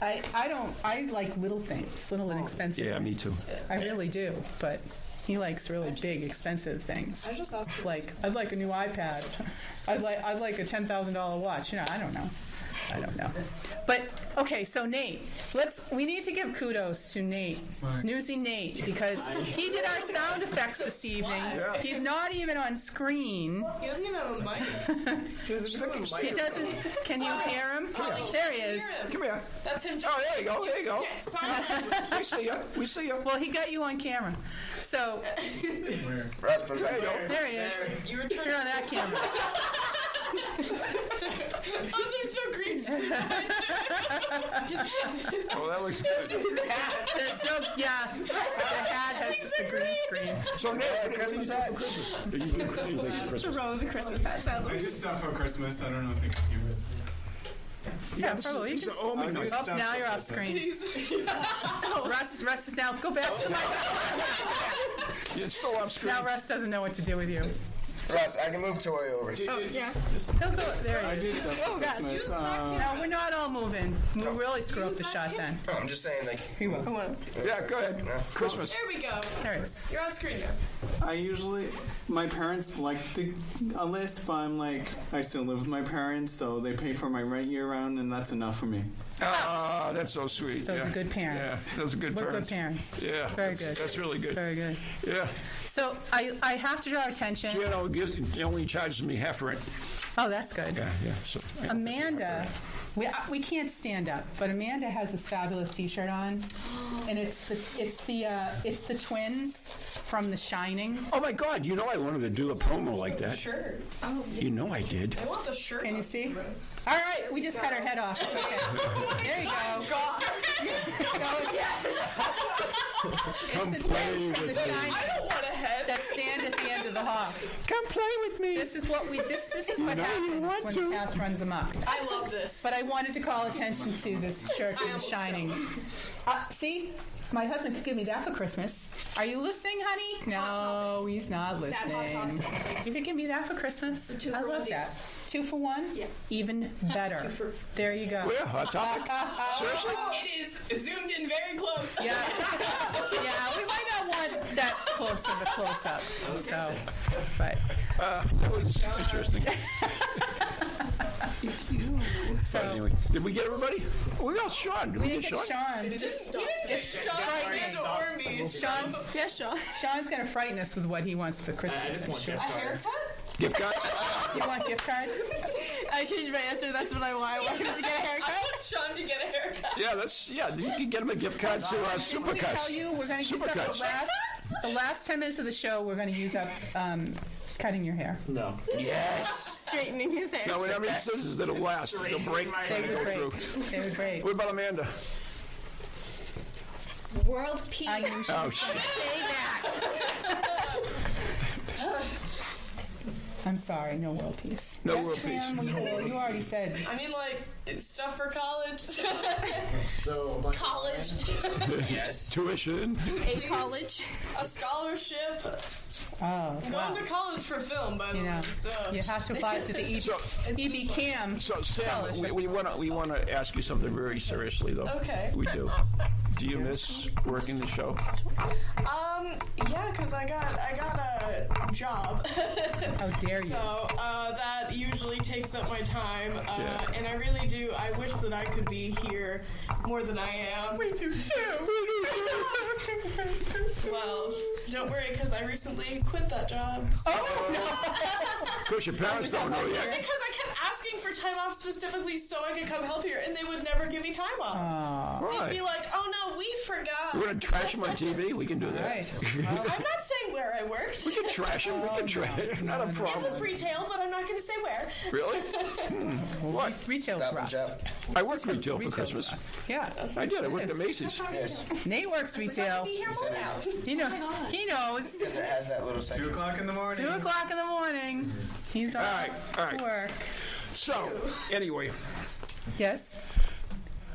I, I don't I like little things,
Oh.
little and expensive.
Yeah, me too.
I really do, but he likes really big, expensive things.
I just asked for
Like I'd like a new iPad. I'd like I'd like a ten thousand dollar watch. You know, I don't know. I don't know. But okay, so Nate, let's we need to give kudos to Nate, Newsy Nate, because he did our sound effects this evening. He's not even on screen.
He doesn't even have a mic.
He doesn't. Can you hear him? There he is.
Come here.
That's him.
Oh, there you go. There you go.
Sign language.
We see ya. We see ya.
Well, he got you on camera. So
Russ, put it
There
back.
you go.
there he is.
You were turning.
You're on that camera.
Oh, there's no green screen.
Oh, that looks good.
There's no, yeah. The hat has the green screen.
So Nate,
Christmas hat?
you do Christmas. you do Christmas.
row of the Christmas hat sounds
I do stuff for Christmas. I don't know if they can hear it.
Yeah, probably. You
These
can,
are all my
I do
notes.
oh,
stuff
now
for
you're off
Christmas.
screen. (laughs) Russ, Russ is now. Go back to my.
You're still off screen.
Now Russ doesn't know what to do with you.
Russ, I can move Tori over.
He'll go there.
I
You
do stuff for
Oh,
Christmas.
go.
Um,
No, we're not all moving. We really screw up the shot then.
No, I'm just saying, like,
Yeah, go ahead. Christmas.
There we go.
There it is.
You're on screen now.
I usually, my parents like the, a list, but I'm like, I still live with my parents, so they pay for my rent year round, and that's enough for me.
Ah, that's so sweet.
Those
yeah.
are good parents.
Yeah, those are good
We're good parents.
parents. Yeah,
Very
that's-
good.
That's really good.
Very good.
Yeah,
So I, I have to draw attention.
Giano gives, he only charges me half rent.
Oh, that's good.
Yeah, yeah. So I-
Amanda, we, uh, we can't stand up, but Amanda has this fabulous T-shirt on, and it's the it's the uh, it's the twins from The Shining.
Oh my God! You know I wanted to do a promo like that.
Shirt.
You know I did.
I want the shirt.
Can you see? All right, we just cut her head off. It's okay. There you go.
God.
It's the twins from The
I
Shining
don't want a head.
that stand at the end of the hall.
Come play with me.
This is what we this this is what
know you
happens
want
when
to.
the cast runs amok.
I love this.
But I wanted to call attention to this shirt from The Shining. Uh, see, my husband could give me that for Christmas. Are you listening, honey? No, he's not listening. You could give me that for Christmas.
two
I
for
love
one
that. Two for one?
Yeah. (laughs)
Even better. there you go.
yeah, hot topic. Seriously?
it is zoomed in very close.
(laughs) Yeah. yeah, we might not want that close of a close up. So, but.
Uh, that was interesting.
So,
Anyway, did we get everybody? We got Sean. Did
we
we,
didn't
get
get
Sean?
Sean.
Just you didn't get shot or me.
Sean's, yeah, Sean. Sean's going to frighten us with what he wants for Christmas.
I just want gift
A
cards.
haircut?
Gift card?
You want gift cards?
I changed my answer. That's what I want. I want him to get a
(laughs) I
haircut.
want Sean to get a haircut.
yeah, that's yeah. You can get him a gift card to uh,
I'm gonna tell
Supercuts.
you, we're going to use up
Supercuts.
the last, the last 10 minutes of the show, we're going to use up um, cutting your hair.
No.
yes!
Straightening his hair.
Now, whenever he scissors, that'll last. It'll break.
They
Trying to
would
go
break.
through.
They would
(laughs)
break.
What about Amanda?
World peace.
I knew she-
Oh, shit.
I'm sorry, no world peace.
No
yes,
world peace.
Sam, we- you already said.
I mean, like, it's stuff for college.
So a bunch
college.
Yes.
Tuition.
a college.
A scholarship.
Oh, wow.
Going to college for film, by the
You know,
way. So.
you have to apply to the E EB,
So,
EB Cam.
so Sam, we,
Scholarship.
we want to we want to ask you something very seriously, though.
Okay.
We do. Do you miss working the show?
Um, yeah, because I got I got a job. (laughs)
How dare you.
So uh, that usually takes up my time, uh,
Yeah.
and I really do. I wish that I could be here more than I am.
We do
too. (laughs) well, don't worry, because I recently quit that job. (laughs)
Oh
no!
Of course, your parents don't know
(laughs) Because
yet.
I kept asking for time off specifically so I could come help here, and they would never give me time off.
Why?
They'd be like, "Oh no, we forgot."
We're gonna trash him on TV. We can do that.
I'm not saying where I worked.
we can trash him. We can trash him. Not a
It
problem.
was retail, but I'm not going to say where.
(laughs) Really? Hmm. What?
Retail's rough.
I worked retail for
Retail's
Christmas.
Yeah.
I did. I worked
Yes.
at Macy's.
Nate works retail. You know, he knows.
Because it has that little section.
Two o'clock in the morning.
Two o'clock in the morning. He's all
right, all right.
to work.
So, anyway,
Yes.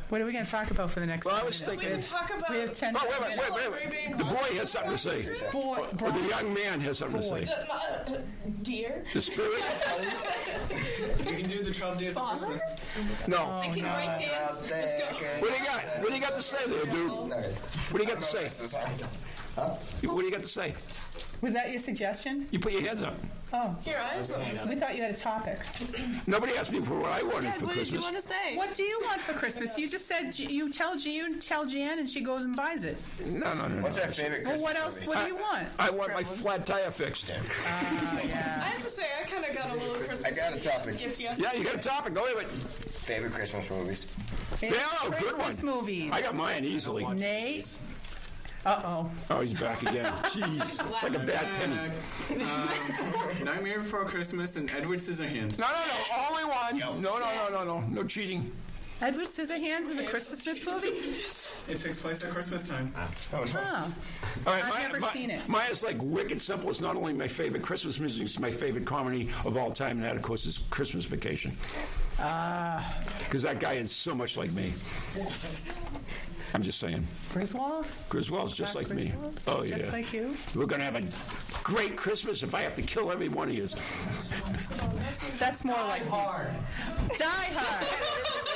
What are we going to talk about for the next?
Well, I
10
was
minutes?
thinking-
We have-
Talk about
We have ten.
oh wait, wait, wait, wait,
Are you being
wait. The boy has something to say.
Boy,
Or the young man has something to say.
Uh, my- uh, dear.
The spirit?
You can do the 12 days of Christmas.
No.
I can write dance. Let's go.
What do you got? What do you got to say there, dude? What do you got to say? What do you got to say?
Was that your suggestion?
You put your hands up.
Oh,
Here, I have something.
we thought you had a topic.
Nobody asked me for what I wanted
Dad,
for
what did you
Christmas.
want to say?
What do you want for Christmas? You just said G- you tell G, you tell Jan, and she goes and buys it.
No, no, no, no.
What's our favorite
Well,
Christmas
what else? What do you want?
I want my flat tire fixed.
I have to say, I kind of got a little Christmas
I got a topic.
gift yesterday.
Yeah, you got a topic. Go ahead.
Favorite Christmas movies.
Yeah, oh, good
Christmas
one.
movies.
I got mine easily.
Nate. Uh oh.
Oh, he's back again. Jeez. It's like a bad penny.
Um, Nightmare Before Christmas and Edward Scissorhands.
No, no, no. Only one. No, no, no, no, no. No cheating.
Edward Scissorhands is a Christmas movie.
It takes place at Christmas time.
Oh,
Huh.
All right,
I've
mine-
never
mine-
seen it.
Mine is like wicked simple. It's not only my favorite Christmas music, it's my favorite comedy of all time, and that, of course, is Christmas Vacation. Because that guy is so much like me. I'm just saying.
Griswold.
Griswold's just like me.
Griswold?
Oh, yeah.
Just like you?
We're going to have a great Christmas if I have to kill every one of you.
That's more like hard. Die hard.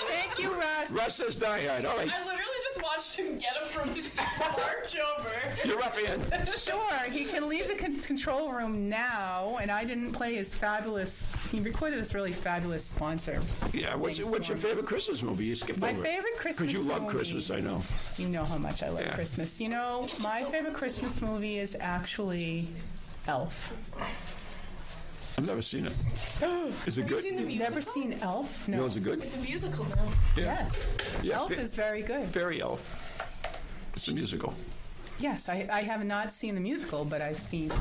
Thank you, Russ.
Russ says die hard. All right,
(laughs) I literally just watched him get him from his porch over.
you're up, Ian.
Sure, he can leave the con- control room now, and I didn't play his fabulous. He recorded this really fabulous sponsor.
Yeah, what's, what's your favorite Christmas movie? You skipped
My
over
favorite Christmas
Because you love
movie.
Christmas, I know.
You know how much I love
Yeah.
Christmas. You know, my favorite Christmas movie is actually Elf.
I've never
(gasps)
seen it. Is it good?
seen the
You've never seen Elf? No.
No, is it good?
It's a musical now.
Yes.
Yeah,
Elf
fa-
is very good.
Fairy Elf. It's a musical.
Yes, I, I have not seen the musical, but I've seen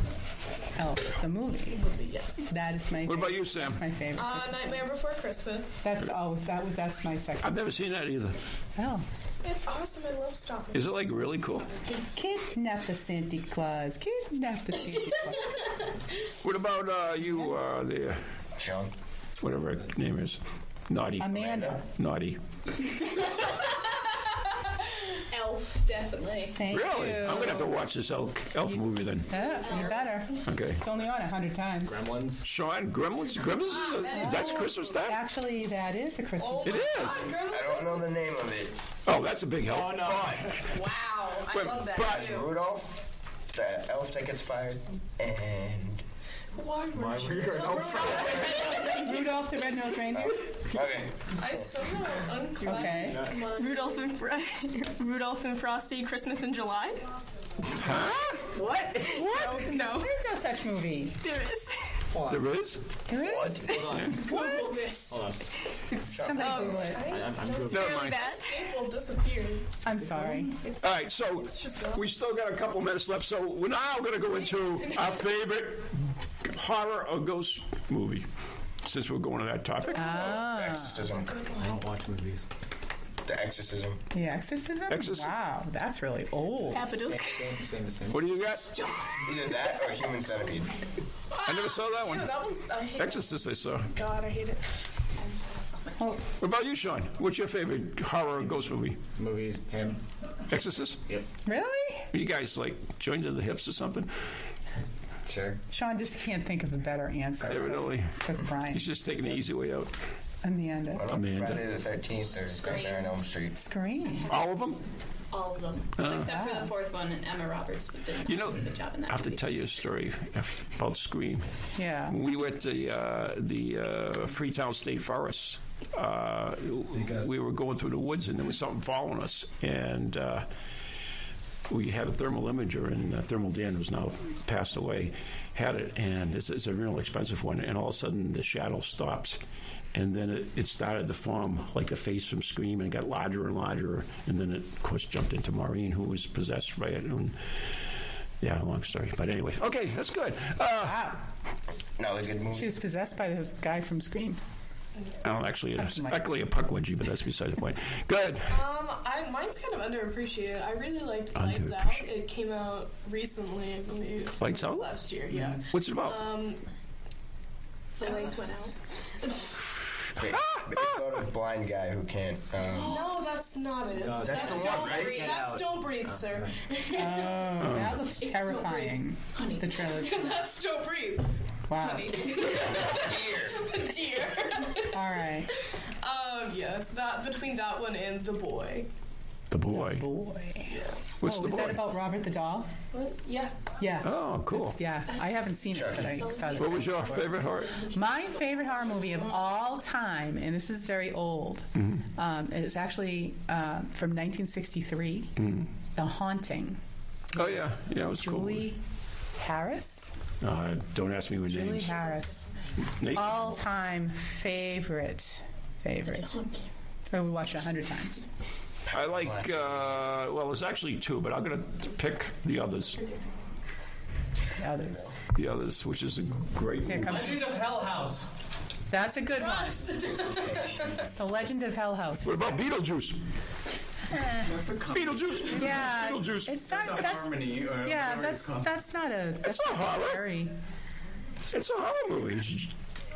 Elf, the movie. Yes. That is my.
What about you, Sam?
That's my favorite.
Uh, Nightmare Before Christmas.
That's oh, that was that's my second.
I've never seen that either.
Oh.
It's awesome. I love stopping.
Is it like really cool?
Kidnap the Santa Claus. Kidnap the Santa
(laughs)
Claus.
What about uh, you, uh, the
Sean.
whatever her name is, Naughty,
Amanda.
Naughty?
Elf, definitely.
Thank
Really?
you.
I'm gonna have to watch this elf, elf movie then.
Yeah, you better.
Okay.
It's only on a hundred times.
Gremlins.
Sean, Gremlins. Gremlins is a, that's Christmas time.
Actually, that is a
Oh,
Christmas.
It is.
I don't know the name of it.
Oh, that's a big help.
Oh, no.
Wow, I
Wait,
love that
but-
too.
Rudolph, the elf that gets fired, and
Why were you-
Rudolph the Red-Nosed Reindeer.
Oh.
okay,
(laughs) I somehow unclasped
Okay.
my-
Rudolph and Fro- (laughs) Rudolph and Frosty Christmas in July?
Huh?
What? What? No,
There's no such movie.
(laughs) there is.
There is?
There is. (laughs)
Google this. Oh.
Hold on.
Somebody Google it.
I'm, I'm Googling.
Never
Really
mind.
bad.
It will disappear.
I'm sorry.
All right, so we still got a couple minutes left, so we're now going to go into our favorite horror or ghost movie, since we're going to that topic.
Uh,
the exorcism,
I don't watch movies.
the exorcism.
The Exorcism.
Exorcism.
Wow, that's really old.
Babadook.
Same, same, same.
What do you got?
Either that or human centipede.
I never saw that
No, (laughs)
one.
that one's. um, I hate
Exorcist, I saw. What
God, I hate it.
about you, Sean? What's your favorite horror or ghost movie?
Movies, him.
Exorcist?
Yep.
Really?
Are you guys like joined to the hips or something?
Sure.
Sean just can't think of a better answer.
Evidently.
So took Brian.
He's just taking the easy way out.
Amanda.
Amanda.
Friday the 13th or Nightmare on Elm Street.
Scream.
All of them?
all of them,
Ah.
except for the fourth one. And Emma Roberts did
You know,
a good job in
I
that.
have to
movie.
tell you a story af- about Scream.
Yeah.
We were at the uh, the uh, Freetown State Forest. Uh, we were going through the woods, and there was something following us, and. Uh, we had a thermal imager, and uh, Thermal Dan, who's now passed away, had it, and it's, it's a real expensive one. And all of a sudden, the shadow stops, and then it, it started to form like the face from Scream, and it got larger and larger, and then it, of course, jumped into Maureen, who was possessed by it. And yeah, long story, but anyway, okay, that's good. Uh,
Another good movie. She was possessed by the guy from Scream.
I don't actually, it's actually a puck wedgie, but that's beside the point. Good.
Um, I, mine's kind of underappreciated. I really liked Lights Out. It came out recently, I believe.
Lights Out?
Last year, yeah.
What's it about?
Um, the lights went out.
Wait, it's about a blind guy who can't.
(gasps)
Um,
No, that's not it.
No, that's the one,
Don't
right?
Breathe.
Get
That's
Out.
Don't Breathe, sir.
Oh, that looks
It's
terrifying. The trailer.
(laughs) Don't Breathe. that's Don't Breathe.
Wow.
Honey. the deer.
All right.
Um, yeah, it's that between that one and The Boy.
The boy. What's
oh,
the
is
boy?
that about Robert the doll?
What? Yeah.
Yeah.
Oh, cool.
It's- yeah, I haven't seen it, but I saw this.
What was your favorite horror?
My favorite horror movie of all time, and this is very old.
Mm-hmm.
Um, it's actually uh, from 1963,
Mhm.
The Haunting.
Oh yeah, yeah, it was
Julie Harris.
cool. Uh, don't ask me what
Julie Oh.
names.
Harris.
Nate?
All time favorite. Favorite. I would watch it a hundred times.
I like. Uh, well, there's actually two, but I'm gonna pick the others.
The others.
The others, which is a great.
Here comes-
movie.
Legend
of Hell House.
That's a good one. It's The Legend of Hell House.
What about Beetlejuice?
That's
a
Beetlejuice.
Yeah.
Beetlejuice.
It's not,
That's a harmony, uh,
yeah,
whatever
that's
it's called.
that's not a. That's
not
not
horror.
scary.
It's a horror movie. It's-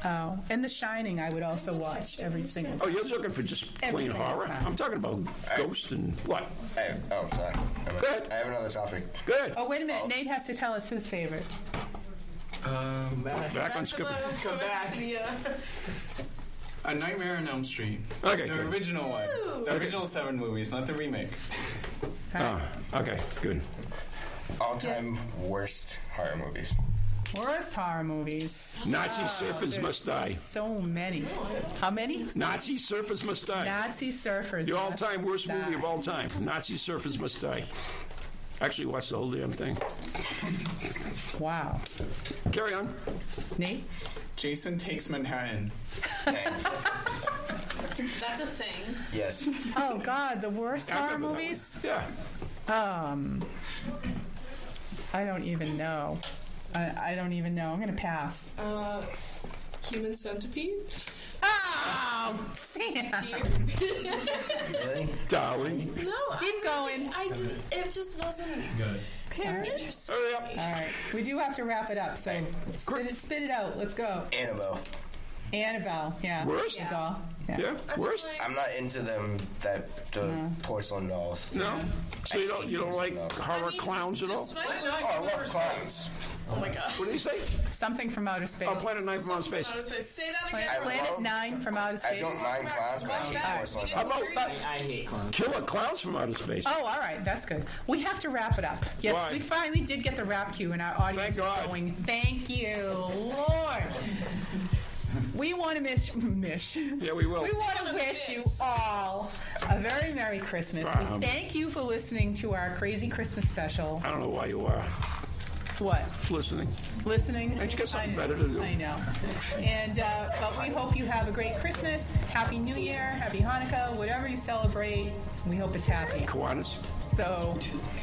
Oh, and The Shining, I would also watch every single.
Oh, you're looking for just
Every
plain
single
horror?
time.
I'm talking about ghost and what?
I, oh, sorry.
Go ahead.
I have another topic.
Good.
Oh, wait a minute. Nate has to tell us his favorite.
Um,
back on Skip.
Come back.
The, uh,
A Nightmare on Elm Street.
Okay,
The
good.
original one. The original seven movies, not the remake.
Oh, okay, good.
All-time worst horror movies.
Worst horror movies.
Nazi surfers
Oh, there's
must die.
So many. How many?
Nazi surfers must die.
Nazi surfers.
The
must
all-time worst
die.
movie of all time. Nazi surfers must die. Actually, watch the whole damn thing.
Wow.
Carry on.
Nate?
Jason Takes Manhattan.
That's a thing.
Yes.
Oh God, the worst horror movies.
Yeah.
Um, I don't even know. I, I don't even know. I'm gonna pass.
uh, human centipede.
Oh, (laughs) Sam.
Really?
Darling.
No,
keep going.
I did. It just wasn't.
Good.
Kind of interesting.
All right, we do have to wrap it up. So spit it, spit it out. Let's go.
Annabelle.
Annabelle. Yeah.
Worst?
The doll. Yeah.
worst.
I'm not into them. That the porcelain dolls.
No. So you don't you don't like horror clowns at all?
Planet
Oh, I love clowns.
Oh my god.
What did you say?
(laughs) Something from outer space.
Oh, Planet Nine from Outer Space.
Outer space. Say that again.
Planet, Planet Nine from outer space.
I don't mind clowns, but I hate porcelain
How
dolls.
about
I hate clowns.
Killer Clowns from Outer Space?
Oh, all right, that's good. We have to wrap it up. Yes,
Why?
we finally did get the wrap cue, and our audience is going. Thank you, Lord. we want to miss, miss.
Yeah, we will.
We want to wish you all a very merry Christmas.
Um,
we thank you for listening to our crazy Christmas special.
I don't know why you are
What?
listening.
Listening?
Don't you got something better to do?
I know. And uh, but we hope you have a great Christmas, Happy New Year, Happy Hanukkah, whatever you celebrate. We hope it's happy.
Kiwanis.
So,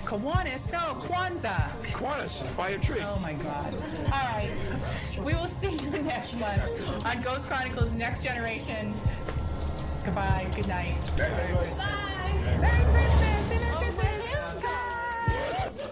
Kiwanis, no, Kwanzaa.
Kiwanis, buy a tree.
Oh my God. All right. We will see you (laughs) next month on Ghost Chronicles Next Generation. Goodbye. Good night.
Merry Christmas.
Merry Christmas. Merry Christmas.